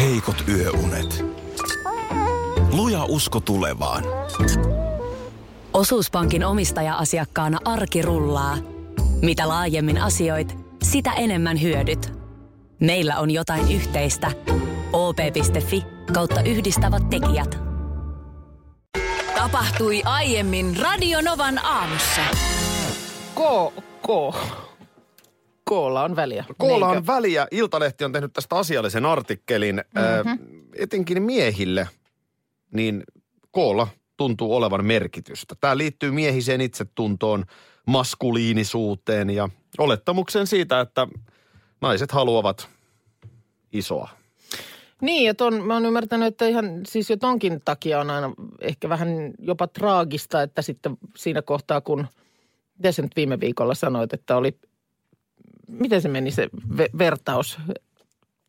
heikot yöunet. Luja usko tulevaan. Osuuspankin omistaja-asiakkaana arki rullaa. Mitä laajemmin asioit, sitä enemmän hyödyt. Meillä on jotain yhteistä. op.fi kautta yhdistävät tekijät. Tapahtui aiemmin Radionovan aamussa. Ko, ko. Koolla on väliä. Koolla on Niinkö? väliä. Iltalehti on tehnyt tästä asiallisen artikkelin. Mm-hmm. Etenkin miehille, niin koolla tuntuu olevan merkitystä. Tämä liittyy miehiseen itsetuntoon, maskuliinisuuteen ja olettamukseen siitä, että naiset haluavat isoa. Niin, ja ton, mä oon ymmärtänyt, että ihan siis jo tonkin takia on aina ehkä vähän jopa traagista, että sitten siinä kohtaa, kun, miten sä nyt viime viikolla sanoit, että oli, miten se meni se ve, vertaus? Kun,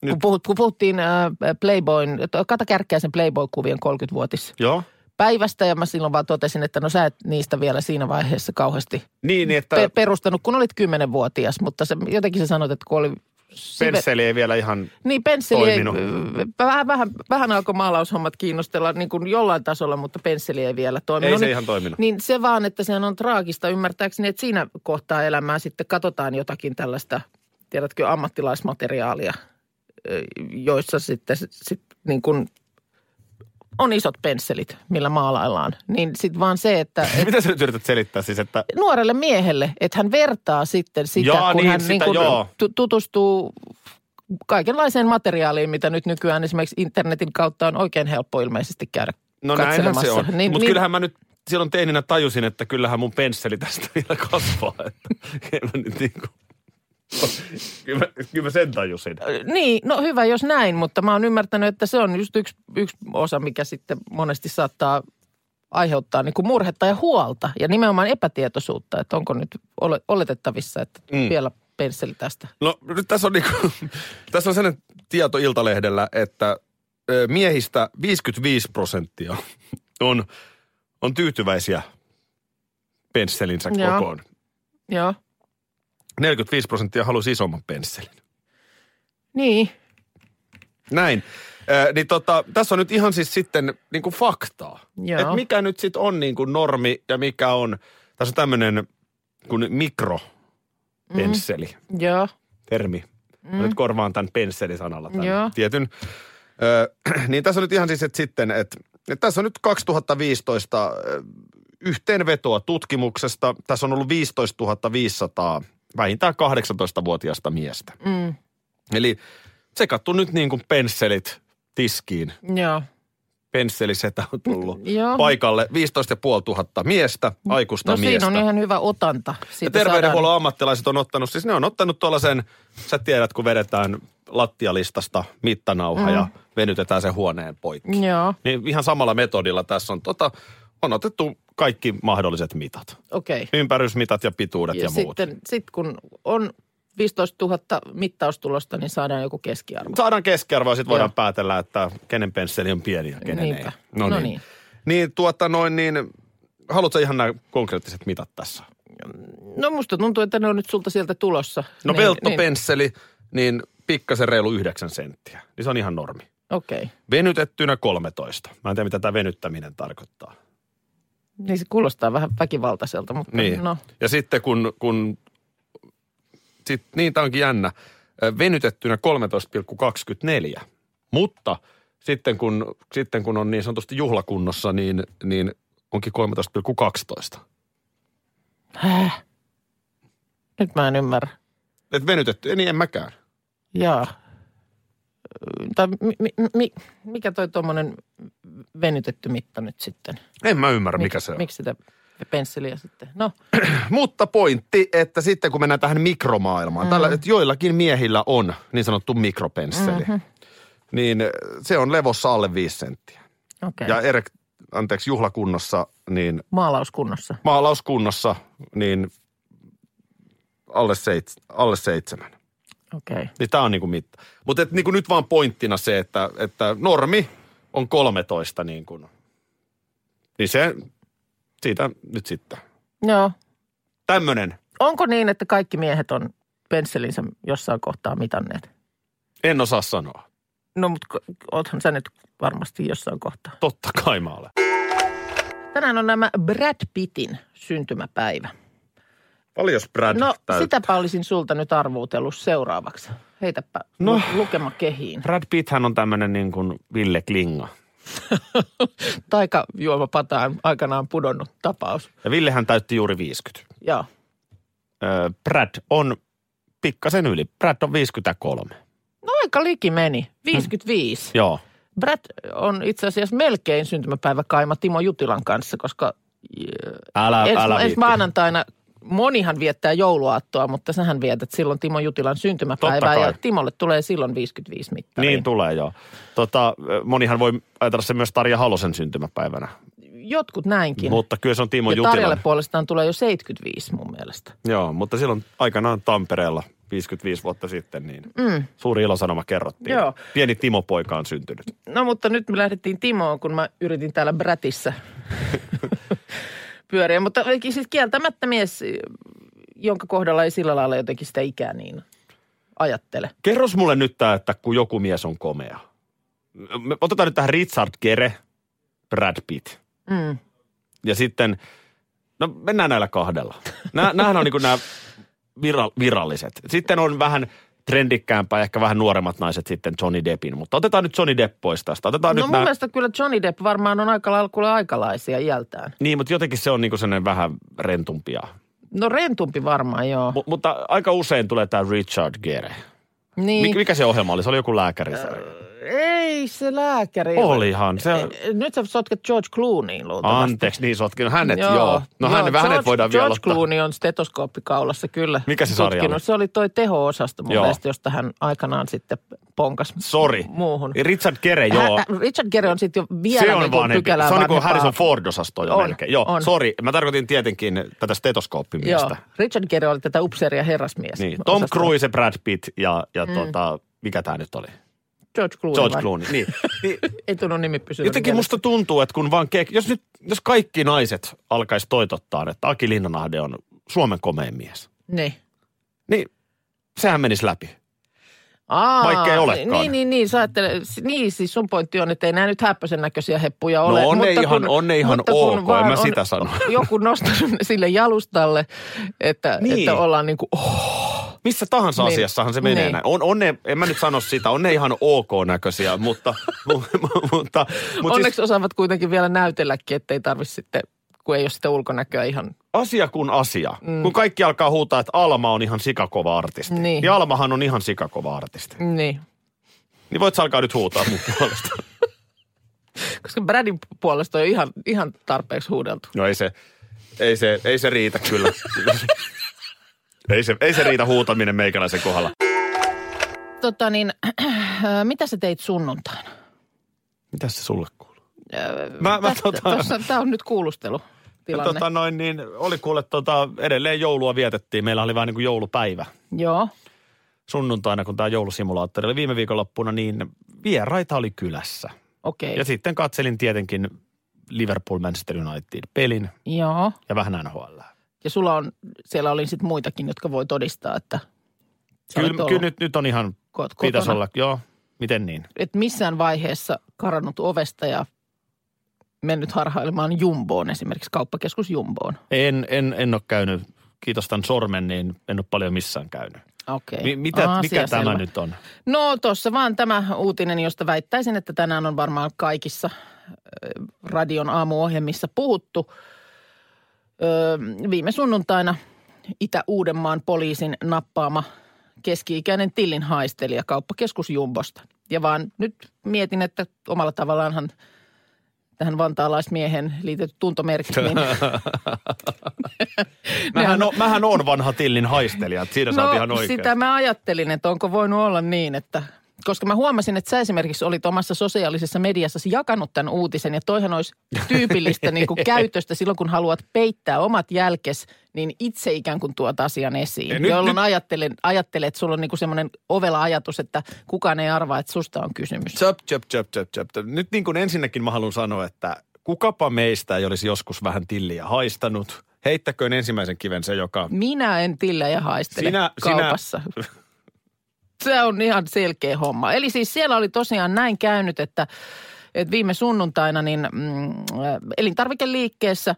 Nyt. puhut, kun puhuttiin ää, Playboyn, Kata Kärkkäisen Playboy-kuvien 30-vuotis Joo. päivästä, ja mä silloin vaan totesin, että no sä et niistä vielä siinä vaiheessa kauheasti Niin, että pe- perustanut, kun olit 10-vuotias, mutta se, jotenkin sä sanoit, että kun oli... sive- pensseli ei vielä ihan... niin, pensseli ei, toiminut. vähän, vähän, vähän alkoi maalaushommat kiinnostella niin kuin jollain tasolla, mutta pensseli ei vielä toiminut. Ei se niin, ihan toiminut. Niin se vaan, että sehän on traagista ymmärtääkseni, että siinä kohtaa elämää sitten katsotaan jotakin tällaista, tiedätkö, ammattilaismateriaalia, ö, joissa sitten sit, niin kuin on isot pensselit, millä maalaillaan. Niin sitten vaan se, että... että Mitä sä nyt yrität selittää siis, että... nuorelle miehelle, että hän vertaa sitten sitä, Jaa, kun niin, hän sitä, niin kuin joo. tu- tutustuu kaikenlaiseen materiaaliin, mitä nyt nykyään esimerkiksi internetin kautta on oikein helppo ilmeisesti käydä No näinhän katselemassa. se on. Niin, Niin, Mutta niin, kyllähän mä nyt silloin teininä tajusin, että kyllähän mun pensseli tästä vielä kasvaa. Että en mä nyt niin kuin... kyllä, mä, kyllä mä sen tajusin. niin, no hyvä jos näin, mutta mä oon ymmärtänyt, että se on just yksi, yksi osa, mikä sitten monesti saattaa aiheuttaa niin kuin murhetta ja huolta ja nimenomaan epätietoisuutta, että onko nyt ole, oletettavissa, että Mm. mm. vielä pensseli tästä. No nyt tässä on, niinku, tässä on sellainen tieto Iltalehdellä, että ö, miehistä 55 prosenttia on, on tyytyväisiä pensselinsä Joo. kokoon. Joo, 45 prosenttia halusi isomman pensselin. niin. Näin. Äh, niin tota, tässä on nyt ihan siis sitten niin kuin faktaa. Joo. Et mikä nyt sitten on niin kuin normi ja mikä on, tässä on tämmöinen kuin mikropensseli Joo, termi. Mm. Mä nyt korvaan tämän pensselisanalla tämän Joo. tietyn. Ö, niin tässä on nyt ihan siis, että sitten, että, että tässä on nyt 2015 ö, yhteenvetoa tutkimuksesta. Tässä on ollut 15 500 vähintään 18-vuotiasta miestä. mm, Eli se kattu nyt niin kuin pensselit tiskiin. joo. Pensselisetä on tullut Joo. paikalle. 15 500 miestä, aikuista No miestä. siinä on ihan hyvä otanta. Ja Siitä terveydenhuollon saadaan- ammattilaiset on ottanut, siis ne on ottanut tuollaisen, sä tiedät kun vedetään lattialistasta mittanauha mm. ja venytetään se huoneen poikki. Joo, Niin ihan samalla metodilla tässä on, tota, on otettu kaikki mahdolliset mitat. okei. Okay. Ympärysmitat ja pituudet ja, Ja ja muut. sitten sit kun on 15 000 mittaustulosta, niin saadaan joku keskiarvo. Saadaan keskiarvoa, sitten voidaan Joo. päätellä, että kenen pensseli on pieni ja kenen Niinpä. ei. No niin. Niin tuota noin, niin haluatko sä ihan nämä konkreettiset mitat tässä? No musta tuntuu, että ne on nyt sulta sieltä tulossa. No Niin, niin, velttopensseli, niin. niin pikkasen reilu 9 senttiä. Niin se on ihan normi. niin, Okei. Okay. Venytettynä 13. Mä en tiedä, mitä tämä venyttäminen tarkoittaa. Niin se kuulostaa vähän väkivaltaiselta, mutta Niin. no. Ja sitten kun, kun sit, niin tämä onkin jännä, Ö, venytettynä 13,24. Mutta sitten kun, sitten kun on niin sanotusti juhlakunnossa, niin, niin onkin 13,12. Häh? Nyt mä en ymmärrä. Et venytetty, niin en mäkään. Jaa. Ö, Tai mi, mi, mi, mikä toi tuommoinen venytetty mitta nyt sitten? En mä ymmärrä, Mik- mikä se on. Miksi sitä pensseliä sitten? No, Mutta pointti, että sitten kun mennään tähän mikromaailmaan, mm. tällä, että joillakin miehillä on niin sanottu mikropensseli, mm-hmm. niin se on levossa alle 5 senttiä. okei. Ja erek, anteeksi, juhlakunnossa, niin Maalauskunnossa. maalauskunnossa, niin alle, seits, alle seitsemän. Okei. Okay. Niin tämä on niinku mitta. Mutta niinku nyt vaan pointtina se, että, että normi on 13 niin kuin. Niin se, siitä nyt sitten. Joo. Tämmönen. Onko niin, että kaikki miehet on pensselinsä jossain kohtaa mitanneet? En osaa sanoa. No mutta ko- oothan sä nyt varmasti jossain kohtaa. Totta kai mä olen. Tänään on nämä Brad Pittin syntymäpäivä. Paljos Brad No täyt- sitäpä olisin sulta nyt arvuutellut seuraavaksi. Heitäpä No. no. lukema kehiin. Brad Pitthän on tämmöinen niin kuin Ville Klinga. Taika juomapataan aikanaan pudonnut tapaus. Ja Villehän täytti juuri 50. Joo. Öö, Brad on pikkasen yli. Brad on 53. No aika liki meni. 55. Joo. Brad on itse asiassa melkein syntymäpäivä kaima Timo Jutilan kanssa, koska Älä, ensi, älä ensi viitti. maanantaina monihan viettää jouluaattoa, mutta sähän vietät silloin Timo Jutilan syntymäpäivää Totta kai. ja Timolle tulee silloin 55 mittariin. Niin tulee, joo. Tota, monihan voi ajatella se myös Tarja Halosen syntymäpäivänä. Jotkut näinkin. Mutta kyllä se on Timo ja Tarjalle Jutilan. puolestaan tulee jo 75 mun mielestä. Joo, mutta silloin aikanaan Tampereella 55 vuotta sitten, niin Mm. suuri ilosanoma kerrottiin. Joo. Pieni Timo-poika on syntynyt. No mutta nyt me lähdettiin Timoon, kun mä yritin täällä Brätissä pyöriä. Mutta siis kieltämättä mies, jonka kohdalla ei sillä lailla jotenkin sitä ikää niin ajattele. Kerros mulle nyt tää, että kun joku mies on komea. Me Otetaan nyt tähän Richard Gere, Brad Pitt. Mm. Ja sitten, no mennään näillä kahdella. Nä, nämähän on niin nämä vira, viralliset. Sitten on vähän trendikkäämpää, ehkä vähän nuoremmat naiset sitten Johnny Deppin. Mutta otetaan nyt Johnny Depp pois tästä. Otetaan No nyt mun nää, mielestä kyllä Johnny Depp varmaan on aika lailla kuule aikalaisia iältään. Niin, mutta jotenkin se on niin sellainen vähän rentumpia. No rentumpi varmaan joo. M- mutta aika usein tulee tämä Richard Gere. Niin. Mik, mikä se ohjelma oli? Se oli joku lääkäri. Ei se lääkäri. E, Olihan se. Nyt sä sotket George Clooneyin luultavasti. Anteeksi, niin sotkin. Hänet, joo. joo. No hänet, hänet George, voidaan George vielä ottaa. Clooney on stetoskooppi kaulassa, kyllä. Mikä se sarja oli? Se oli toi teho-osasto mun Joo. mielestä, josta hän aikanaan sitten ponkas Sori. muuhun. Richard Gere, joo. Hän- Richard Gere on sitten jo vielä se on niin kuin vanhempi. pykälää Se on niin kuin vanhempaa. Harrison Ford-osasto jo On, melkein. Joo, on. sori. Mä tarkoitin tietenkin tätä stetoskooppimiestä. Joo, Richard Gere oli tätä upseeria herrasmies. Niin. Tom osastoa. Cruise, Brad Pitt ja, ja tota, mikä tämä nyt oli? George Clooney. George vai? Clooney. Niin. niin. Ei tunnu nimi pysyvän. Jotenkin mielessä. musta tuntuu, että kun vaan kek... Jos nyt, jos kaikki naiset alkaisi toitottaa, että Aki Linnanahde on Suomen komein mies, Niin. niin sehän menisi läpi. Aa, Vaikka ei olekaan. Niin, niin, niin, sä ajattelet, niin, siis sun pointti on, että ei nää nyt häppösen näköisiä heppuja ole. No on ne ihan- on ne ihan mutta kun ok, vaan en mä on sitä sano. Joku nostanut ne sille jalustalle, että, Niin. niin. että ollaan niin kuin, oh, Missä tahansa Niin. asiassahan se menee Niin. näin. On, on ne, en mä nyt sano sitä, on ne ihan ok näköisiä, mutta... mutta, mutta onneksi siis siis... osaavat kuitenkin vielä näytelläkin, ettei tarvi sitten, kun ei ole sitä ulkonäköä ihan. asia kuin asia. Mm. Kun kaikki alkaa huutaa, että Alma on ihan sikakova artisti. Niin. Ja Almahan on ihan sikakova artisti. Niin. Niin voit sä alkaa nyt huutaa mun puolesta. Koska Bradin puolesta on jo ihan, ihan tarpeeksi huudeltu. No ei se, ei se, ei se riitä kyllä. ei, se, ei se riitä huutaminen meikäläisen kohdalla. Tota niin, mitä sä teit sunnuntaina? Mitäs se sulle kuuluu? Öö, Mä- mä tästä- tota- tossa- Tää on nyt kuulustelutilanne. Tota noin, niin oli kuule, tota, edelleen joulua vietettiin. Meillä oli vähän niin kuin joulupäivä. Joo. Sunnuntaina, kun tämä joulusimulaattori oli viime viikonloppuna, niin vieraita oli kylässä. Okei. Ja sitten katselin tietenkin Liverpool Manchester United pelin Joo. ja vähän NHL. Ja sulla on, siellä oli sitten muitakin, jotka voi todistaa, että sä olet Kyllä, ollut kyllä nyt, nyt on ihan, ko- pitäisi kotona. olla, joo, miten niin? Et missään vaiheessa karannut ovesta ja mennyt harhailemaan Jumboon, esimerkiksi kauppakeskus Jumboon. En, en, en ole käynyt, kiitos tämän sormen, niin en ole paljon missään käynyt. Okei. Mi- mitä, Asia mikä tämä selvä. nyt on? No tuossa vaan tämä uutinen, josta väittäisin, että tänään on varmaan kaikissa ö, radion aamuohjelmissa puhuttu. Ö, viime sunnuntaina Itä-Uudenmaan poliisin nappaama keski-ikäinen tillin haistelija kauppakeskus Jumbosta. Ja vaan nyt mietin, että omalla tavallaanhan tähän vantaalaismiehen liitetyt tuntomerkit, niin Mähän, on, mähän on vanha tillin haistelija, että siinä no, saat ihan oikein. sitä mä ajattelin, että onko voinut olla niin, että koska mä huomasin, että sä esimerkiksi olit omassa sosiaalisessa mediassa jakanut tämän uutisen ja toihan olisi tyypillistä niin kuin käytöstä silloin, kun haluat peittää omat jälkes, niin itse ikään kuin tuot asian Ja esiin. nyt- Nyt, jolloin nyt- nyt. Ajattelen, ajattelen, että sulla on niin kuin semmoinen ovela ajatus, että kukaan ei arvaa, että susta on kysymys. Chöp, chöp, chöp, chöp, chöp. Nyt niin kuin ensinnäkin mä haluan sanoa, että kukapa meistä ei olisi joskus vähän tilliä haistanut. Heittäköön ensimmäisen kiven se, joka... Minä en tillä ja haistele Sinä- sinä, sinä- kaupassa. Sinä... Se on ihan selkeä homma. Eli siis siellä oli tosiaan näin käynyt, että, että viime sunnuntaina niin mm, äh, elintarvikeliikkeessä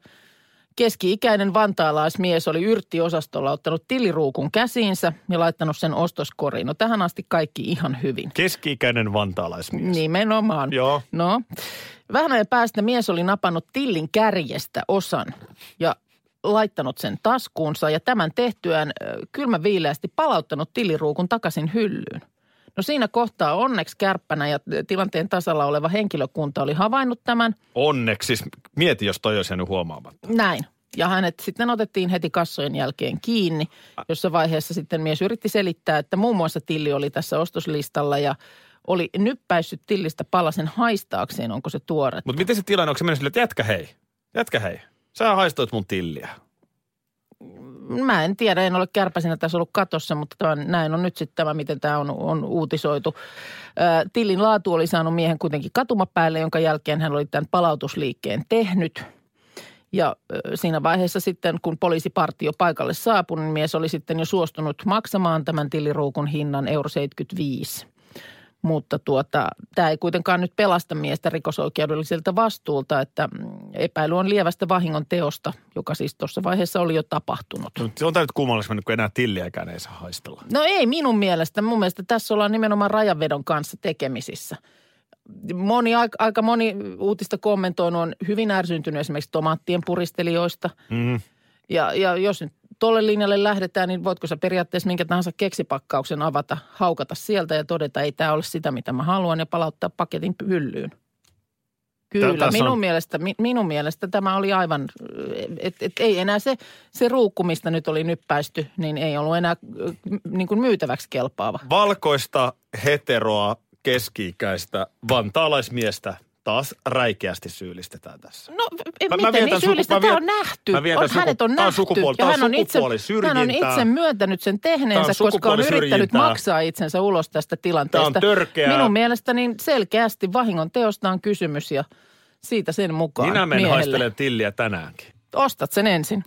keski-ikäinen vantaalaismies oli yrttiosastolla ottanut tiliruukun käsiinsä ja laittanut sen ostoskoriin. No tähän asti kaikki ihan hyvin. Keski-ikäinen vantaalaismies. Niin. Nimenomaan. Joo. No, vähän ajan päästä mies oli napannut tillin kärjestä osan ja laittanut sen taskuunsa ja tämän tehtyään ö, kylmäviileästi palauttanut tiliruukun takaisin hyllyyn. No siinä kohtaa onneksi kärppänä ja tilanteen tasalla oleva henkilökunta oli havainnut tämän Onneksi. Siis Mieti, jos toi olisi jäänyt huomaamatta. näin. Ja hänet sitten otettiin heti kassojen jälkeen kiinni, jossa vaiheessa sitten mies yritti selittää, että muun muassa tilli oli tässä ostoslistalla ja oli nyppäissyt tillistä palasen haistaakseen, onko se tuore. Mutta miten se tilanne, onko se mennyt silleen, että jätkä hei, jätkä hei, sä haistoit mun tilliä. Mä en tiedä, en ole kärpäsinä tässä ollut katossa, mutta tämän, näin on nyt sitten tämä, miten tämä on, on uutisoitu. Ö, tilin laatu oli saanut miehen kuitenkin katumapäälle, jonka jälkeen hän oli tämän palautusliikkeen tehnyt. Ja ö, siinä vaiheessa sitten, kun poliisipartio paikalle saapui, niin mies oli sitten jo suostunut maksamaan tämän tiliruukun hinnan euro 75. Mutta tuota, tämä ei kuitenkaan nyt pelasta miestä rikosoikeudelliselta vastuulta, että mm, epäily on lievästä vahingon teosta, joka siis tuossa vaiheessa oli jo tapahtunut. No, mut se on tämä nyt kummallisesti mennyt, kun enää tilliäkään ei saa haistella. No ei minun mielestä. Mun mielestä tässä ollaan nimenomaan rajanvedon kanssa tekemisissä. Moni, aika- aika moni uutista kommentoinut on hyvin ärsyntynyt esimerkiksi tomaattien puristelijoista. Mm. Ja, ja jos nyt tolle linjalle lähdetään, niin voitko sä periaatteessa minkä tahansa keksipakkauksen avata, haukata sieltä ja todeta, ei tämä ole sitä, mitä mä haluan, ja palauttaa paketin hyllyyn. Kyllä, tässä on- minun, mielestä, mi, minun mielestä tämä oli aivan, että et ei enää se, se ruukku, mistä nyt oli nyppäisty, niin ei ollut enää ö, niin kuin myytäväksi kelpaava. Valkoista, heteroa, keski-ikäistä vantaalaismiestä taas räikeästi syyllistetään tässä. No en, Mä- mä, mä miten vietän niin suku- syyllistä? mä Tämä viet- on nähty. mä vietän on, suku- hänet on tää on nähty. sukupuoli- tää on ja hän on, itse, hän on sukupuolisyrjintää. itse myöntänyt sen Tää tehneensä, on koska on yrittänyt sukupuolisyrjintää. maksaa itsensä ulos tästä tilanteesta. Tää on törkeää. Minun mielestäni selkeästi vahingon teosta on kysymys ja siitä sen mukaan Minä menen miehelle. haistelemaan tilliä tänäänkin. Ostat sen ensin.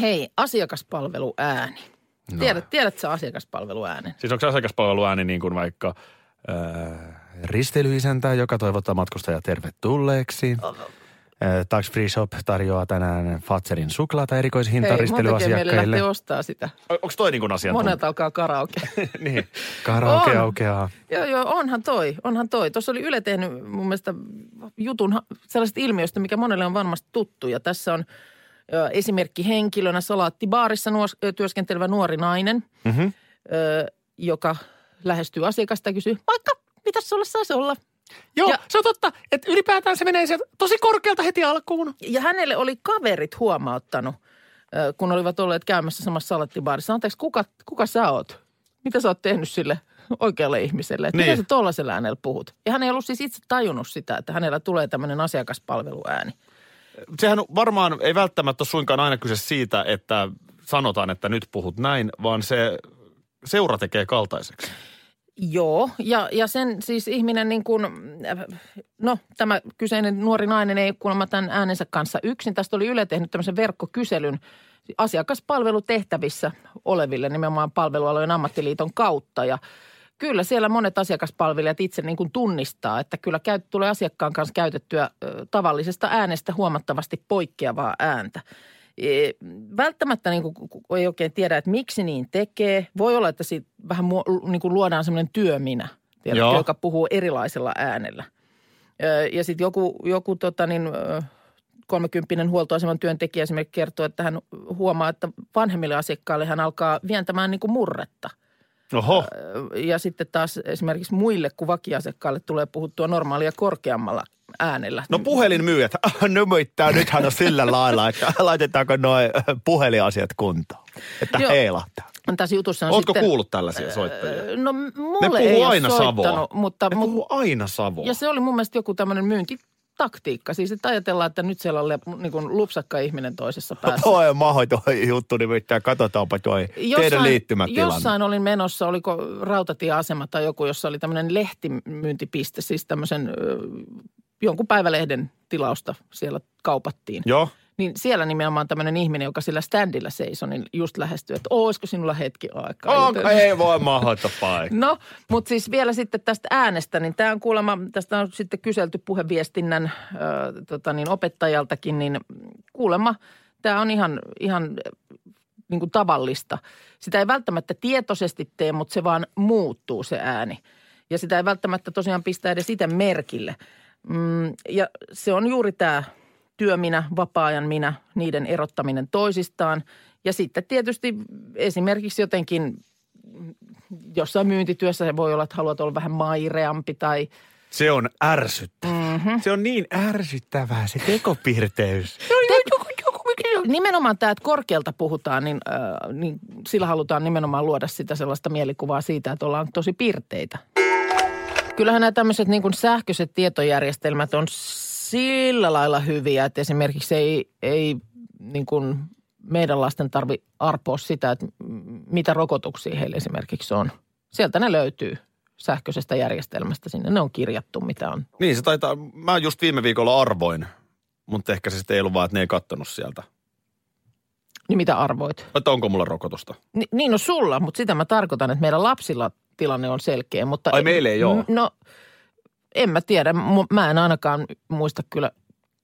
Hei, asiakaspalveluääni. No. Tiedät, tiedät sä asiakaspalveluäänen? Siis onko se asiakaspalveluääni niin kuin vaikka ää, risteilyisäntä, joka toivottaa matkustajaa tervetulleeksi? Ää, Tax Free Shop tarjoaa tänään Fatserin suklaata erikoishinta Hei, mun tekee mieli risteilyasiakkaille. lähteä ostaa sitä. Onko toi niin kuin asiantuntija? Monet alkaa karaoke. niin. Karaoke On. aukeaa. Joo, joo, onhan toi, onhan toi. Tuossa oli Yle tehnyt mun mielestä jutun ha- sellaisesta ilmiöstä, mikä monelle on varmasti tuttu. Ja tässä on ö, esimerkki henkilönä salaattibaarissa nuos, ö, työskentelevä nuori nainen, Mhm. ö, joka lähestyy asiakasta ja kysyy, vaikka mitä sulla saisi olla? Joo, Ja- se on totta, että ylipäätään se menee sieltä tosi korkealta heti alkuun. Ja hänelle oli kaverit huomauttanut, ö, kun olivat olleet käymässä samassa salattibaarissa. Anteeksi, kuka, kuka sä oot? Mitä sä oot tehnyt sille oikealle ihmiselle? Että Niin. Miten sä tollaisella äänellä puhut? Ja hän ei ollut siis itse tajunnut sitä, että hänellä tulee tämmöinen asiakaspalveluääni. Sehän on varmaan ei välttämättä ole suinkaan aina kyse siitä, että sanotaan, että nyt puhut näin, vaan se seura tekee kaltaiseksi. Joo, ja, ja sen siis ihminen niin kuin, äh, no tämä kyseinen nuori nainen ei kuulemma tämän äänensä kanssa yksin. Tästä oli Yle tehnyt tämmöisen verkkokyselyn asiakaspalvelutehtävissä oleville nimenomaan palvelualojen ammattiliiton kautta ja Kyllä siellä monet asiakaspalvelijat itse niin kuin tunnistaa, että kyllä käy, tulee asiakkaan kanssa käytettyä ö, tavallisesta äänestä huomattavasti poikkeavaa ääntä. E, välttämättä niin kuin, ei oikein tiedä, että miksi niin tekee. Voi olla, että siitä vähän muo, niin kuin luodaan semmoinen työminä, tiedätkö, Joo. joka puhuu erilaisella äänellä. Ö, ja sitten joku, joku tota niin, ö, kolmekymppinen huoltoaseman työntekijä esimerkiksi kertoo, että hän huomaa, että vanhemmille asiakkaille hän alkaa vientämään niin kuin murretta. Oho, Ö, Ja sitten taas esimerkiksi muille kuin vakiasiakkaille tulee puhuttua normaalia korkeammalla äänellä. No puhelinmyyjät, Ah, no mutta nythän on sillä lailla, että laitetaanko noin puheliasiat kuntoon, että Joo. heilahtaa. Tässä jutussa on ootko sitten, kuullut tällaisia soittajia? Ö, No m- Öö, Ne mulle ei puhuu ole aina soittanut, Savoa. mutta, Ne mutta puhuu aina Savoa. ja se oli mun mielestä joku tämmöinen myyntitaktiikka. Siis että ajatellaan, että nyt siellä on le- niin kuin lupsakka ihminen toisessa päässä. Toi on mahoi toi juttu, nimittäin katsotaanpa toi teidän liittymätilanne. Jossain olin menossa, oliko rautatieasema tai joku, jossa oli tämmöinen lehtimyyntipiste, siis tämmöisen ö, jonkun päivälehden tilausta siellä kaupattiin. Joo. niin siellä nimenomaan tämmöinen ihminen, joka sillä standilla seisoi, niin just lähestyi, että olisiko sinulla hetki aikaa. Onko, ei voi mahata paikka. No, mutta siis vielä sitten tästä äänestä, niin tämä on kuulemma, tästä on sitten kyselty puheviestinnän ö, tota niin, opettajaltakin, niin kuulemma tämä on ihan, ihan niin kuin tavallista. Sitä ei välttämättä tietoisesti tee, mutta se vaan muuttuu se ääni. Ja sitä ei välttämättä tosiaan pistä edes itse merkille. Mm, ja se on juuri tämä työminä, vapaa-ajan minä, niiden erottaminen toisistaan. Ja sitten tietysti esimerkiksi jotenkin jossain myyntityössä se voi olla, että haluat olla vähän maireampi tai Se on ärsyttävää. Hmm. Mm-hmm. Se on niin ärsyttävää se tekopiirteys. nimenomaan tämä, että korkealta puhutaan, niin, äh, niin sillä halutaan nimenomaan luoda sitä sellaista mielikuvaa siitä, että ollaan tosi pirteitä. Kyllähän nämä tämmöiset niin kuin sähköiset tietojärjestelmät on sillä lailla hyviä, että esimerkiksi ei, ei niin kuin meidän lasten tarvi arpoa sitä, että m- mitä rokotuksia heillä esimerkiksi on. Sieltä ne löytyy sähköisestä järjestelmästä sinne. Ne on kirjattu, mitä on. Niin se taitaa, mä just viime viikolla arvoin, mutta ehkä se sitten ei ollut vaan, että ne ei kattonut sieltä. Niin mitä arvoit? Että onko mulla rokotusta? Ni, niin on sulla, mutta sitä mä tarkoitan, että meidän lapsilla tilanne on selkeä. Mutta Ai meillä ei oo. N- No, en mä tiedä. Mu- Mä en ainakaan muista kyllä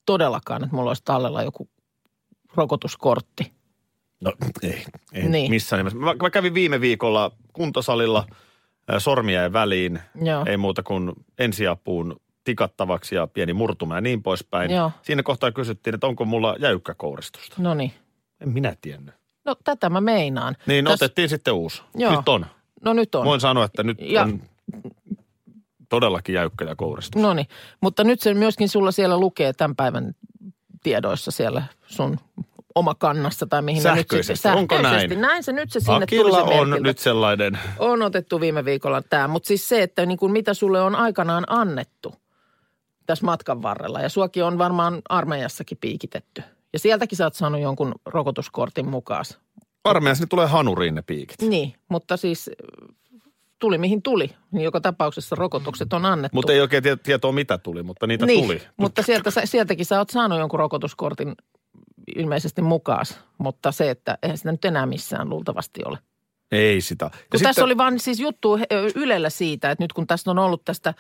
todellakaan, että mulla olisi tallella joku rokotuskortti. No ei, ei Niin. niin. missään nimessä. Mä, mä kävin viime viikolla kuntosalilla ää, sormia ja väliin. Joo. Ei muuta kuin ensiapuun tikattavaksi ja pieni murtuma ja niin poispäin. Joo. Siinä kohtaa kysyttiin, että onko mulla jäykkäkouristusta. No niin. En minä tiennyt. No tätä mä meinaan. Niin Täs- Täs... otettiin sitten uusi. Joo. Nyt on. No nyt on. Voin sanoa, että nyt Ja- ja... on todellakin jäykkä ja kouristus. No niin, mutta nyt se myöskin sulla siellä lukee tämän päivän tiedoissa siellä sun omakannassa tai mihin ne Sähköisesti. nyt sitten, Onko sähköisesti. näin? Näin se nyt se sinne Akilla tuli se on merkiltä. nyt sellainen, On otettu viime viikolla tämä, mutta siis se, että niin kuin mitä sulle on aikanaan annettu tässä matkan varrella. Ja suakin on varmaan armeijassakin piikitetty. Ja sieltäkin sä oot saanut jonkun rokotuskortin mukaan. armeijassa ne tulee hanuriin ne piikit. Niin, mutta siis äh, tuli mihin tuli. Niin joka tapauksessa rokotukset on annettu. Mutta ei oikein tie- tietoa mitä tuli, mutta niitä niin, tuli. mutta sieltä, sä- sieltäkin sä oot saanut jonkun rokotuskortin ilmeisesti mukaan. Mutta se, että eihän sitä nyt enää missään luultavasti ole. Ei sitä. Ja Kun tässä oli vaan siis juttu ö, Ylellä siitä, että nyt kun tässä on ollut tästä,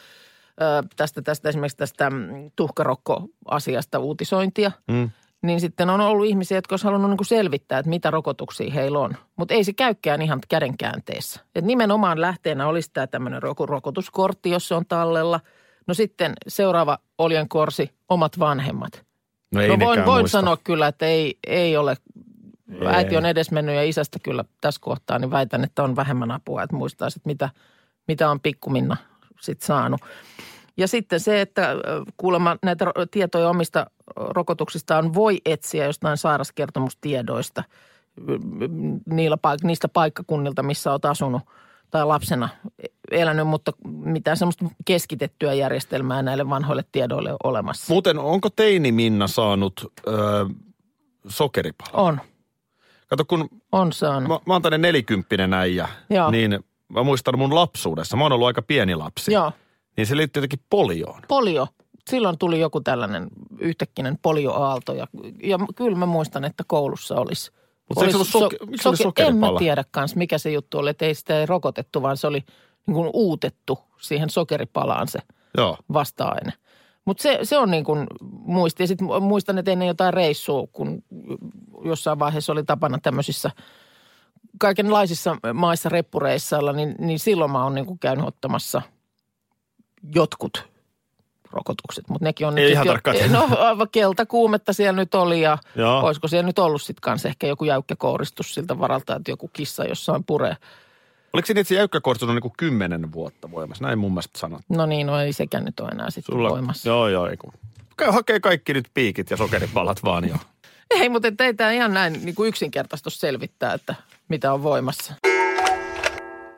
ö, tästä, tästä esimerkiksi tästä mm, tuhkarokko-asiasta uutisointia, Mm. niin sitten on ollut ihmisiä, jotka olisi halunnut niin kuin selvittää, että mitä rokotuksia heillä on. Mutta ei se käykään ihan kädenkäänteessä. Et nimenomaan lähteenä olisi tämä tämmöinen roko- rokotuskortti, jos se on tallella. No sitten seuraava oljenkorsi, omat vanhemmat. No ei no voin, nekään voin muista. sanoa kyllä, että ei, ei ole. Äiti on edesmennyt ja isästä kyllä tässä kohtaa, niin väitän, että on vähemmän apua, että muistaa sitten mitä, mitä on pikkuminna sit saanut. Ja sitten se, että ö, kuulemma näitä ro- tietoja omista ö, rokotuksistaan voi etsiä jostain sairaskertomustiedoista mm, niillä paik- niistä paikkakunnilta, missä olet asunut tai lapsena elänyt, mutta mitään semmoista keskitettyä järjestelmää näille vanhoille tiedoille ole olemassa. Muuten, onko teini Minna saanut öö, sokeripalaa? On, Kato, kun on saanut. Mm. mä, mä oon tänne nelikymppinen äijä, Joo. niin mä muistan mun lapsuudessa, mä oon ollut aika pieni lapsi, Joo, niin se liittyy jotenkin polioon. polio. Silloin tuli joku tällainen yhtäkkinen polioaalto ja, ja kyllä mä muistan, että koulussa olisi. Mutta eikö se ollut soke- miksi se oli En mä sokeripala? tiedä kans, mikä se juttu oli, että ei sitä ei rokotettu, vaan se oli niin kuin uutettu siihen sokeripalaan se Joo. vasta-aine. Mutta se, se on niin kuin muisti. Ja sitten muistan, että ennen jotain reissua, kun jossain vaiheessa oli tapana tämmöisissä kaikenlaisissa maissa reppureissailla, niin, niin silloin mä oon niin kuin käynyt ottamassa jotkut rokotukset. Mutta nekin on nyt Ei sit ihan tarkkaan. Ah. No aivan keltakuumetta siellä nyt oli ja Joo. olisiko siellä nyt ollut sitten kanssa ehkä joku jäykkä kouristus siltä varalta, että joku kissa jossain puree. Oliko se niin, että se jäykkäkorstus on niin kuin kymmenen vuotta voimassa? Näin mun mielestä sanot. No niin, no ei sekään nyt ole enää sitten voimassa. Joo, joo, ei kun. Käy hakee kaikki nyt piikit ja sokeripalat vaan jo. Ei, mutta ei tämä ihan näin niin kuin yksinkertaista selvittää, että mitä on voimassa.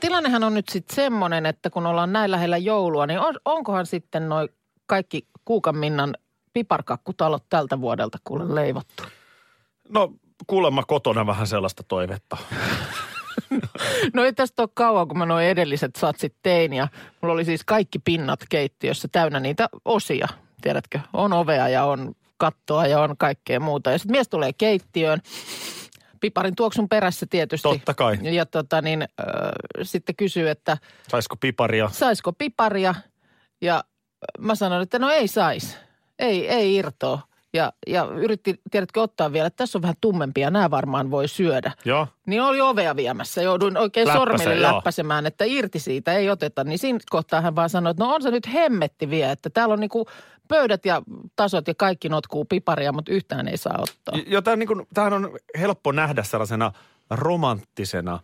Tilannehan on nyt sitten semmoinen, että kun ollaan näin lähellä joulua, niin on, onkohan sitten noi kaikki Kuukan Minnan piparkakkutalot tältä vuodelta kuule leivottu? No, kuulemma kotona vähän sellaista toivetta. No ei tästä ole kauan, kun mä noin edelliset satsit tein ja mulla oli siis kaikki pinnat keittiössä täynnä niitä osia. Tiedätkö, on ovea ja on kattoa ja on kaikkea muuta. Ja sitten mies tulee keittiöön, piparin tuoksun perässä tietysti. Totta kai. Ja tota niin, äh, sitten kysyy, että Saisiko piparia? saisiko piparia. Ja mä sanoin, että no ei sais. Ei, ei irtoa. Ja, ja yritti, tiedätkö, ottaa vielä, että tässä on vähän tummempia, nämä varmaan voi syödä. Joo. Niin oli ovea viemässä, jouduin oikein Läppäseen, sormille joo. läppäsemään, että irti siitä ei oteta. Niin siinä kohtaa hän vaan sanoi, että no on se nyt hemmetti vielä, että täällä on niinku pöydät ja tasot ja kaikki notkuu piparia, mutta yhtään ei saa ottaa. Joo, tämä, niin kuin, tämähän on helppo nähdä sellaisena romanttisena.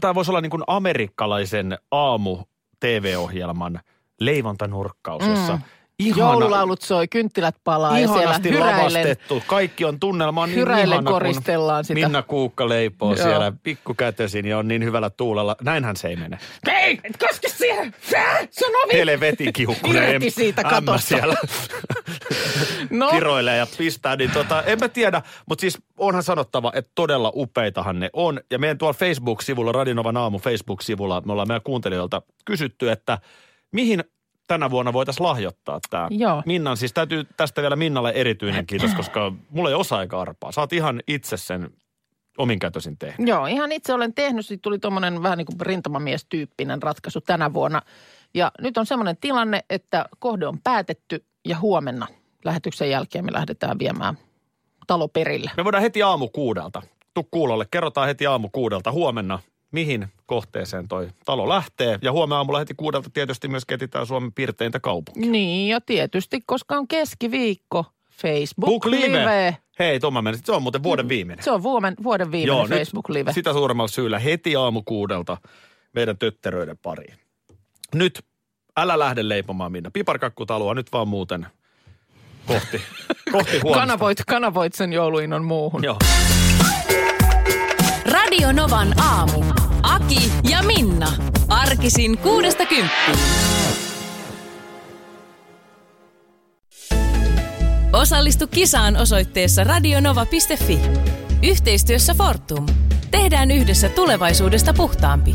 Tämä voisi olla niin kuin amerikkalaisen aamu-tv-ohjelman leivontanurkkaus, jossa mm. ihana, Joululaulut soi, kynttilät palaa ja siellä ihanasti hyräilen, lavastettu. Kaikki on tunnelma on niin hyräillen ihana, koristellaan kun sitä. Minna Kuukka leipoo Joo. siellä pikkukätösin ja on niin hyvällä tuulella. Näinhän se ei mene. Hei, et koske siihen! Sää, se on ovi! Helvetin kiukkunen Irti em- siitä ämmä katosta. siellä No, kiroilee ja pistää, niin tota, en mä tiedä, mutta siis onhan sanottava, että todella upeitahan ne on. Ja meidän tuolla Facebook-sivulla, Radinovan aamu Facebook-sivulla, me ollaan meidän kuuntelijoilta kysytty, että mihin tänä vuonna voitaisiin lahjoittaa tämä. Joo. Minnan, siis täytyy tästä vielä Minnalle erityinen kiitos, koska mulla ei osaa eikä arpaa. Sä oot ihan itse sen omin kätösin tehnyt. Joo, ihan itse olen tehnyt. Siitä tuli tuommoinen vähän niin kuin rintamamiestyyppinen ratkaisu tänä vuonna. Ja nyt on semmoinen tilanne, että kohde on päätetty ja huomenna lähetyksen jälkeen me lähdetään viemään talo perille. Me voidaan heti aamu kuudelta. Tu kuulolle, kerrotaan heti aamu kuudelta huomenna, mihin kohteeseen toi talo lähtee. Ja huomenna aamulla heti kuudelta tietysti myös ketitään Suomen pirteintä kaupunkia. Niin, ja tietysti, koska on keskiviikko, Facebook Book Live. Live. Hei, tuon mä menin. Se on muuten vuoden viimeinen. Se on vuoden, vuoden viimeinen Joo, Facebook nyt Live. sitä suuremmalla syyllä heti aamu kuudelta meidän tötteröiden pariin. Nyt älä lähde leipomaan Minna. Piparkakkutaloa nyt vaan muuten kohti, kohti huomista. Kanavoit, kanavoit sen jouluinnon muuhun. Joo. Radio Novan aamu. Aki ja Minna. Arkisin kuudesta kymppiin. Osallistu kisaan osoitteessa radionova.fi. Yhteistyössä Fortum. Tehdään yhdessä tulevaisuudesta puhtaampi.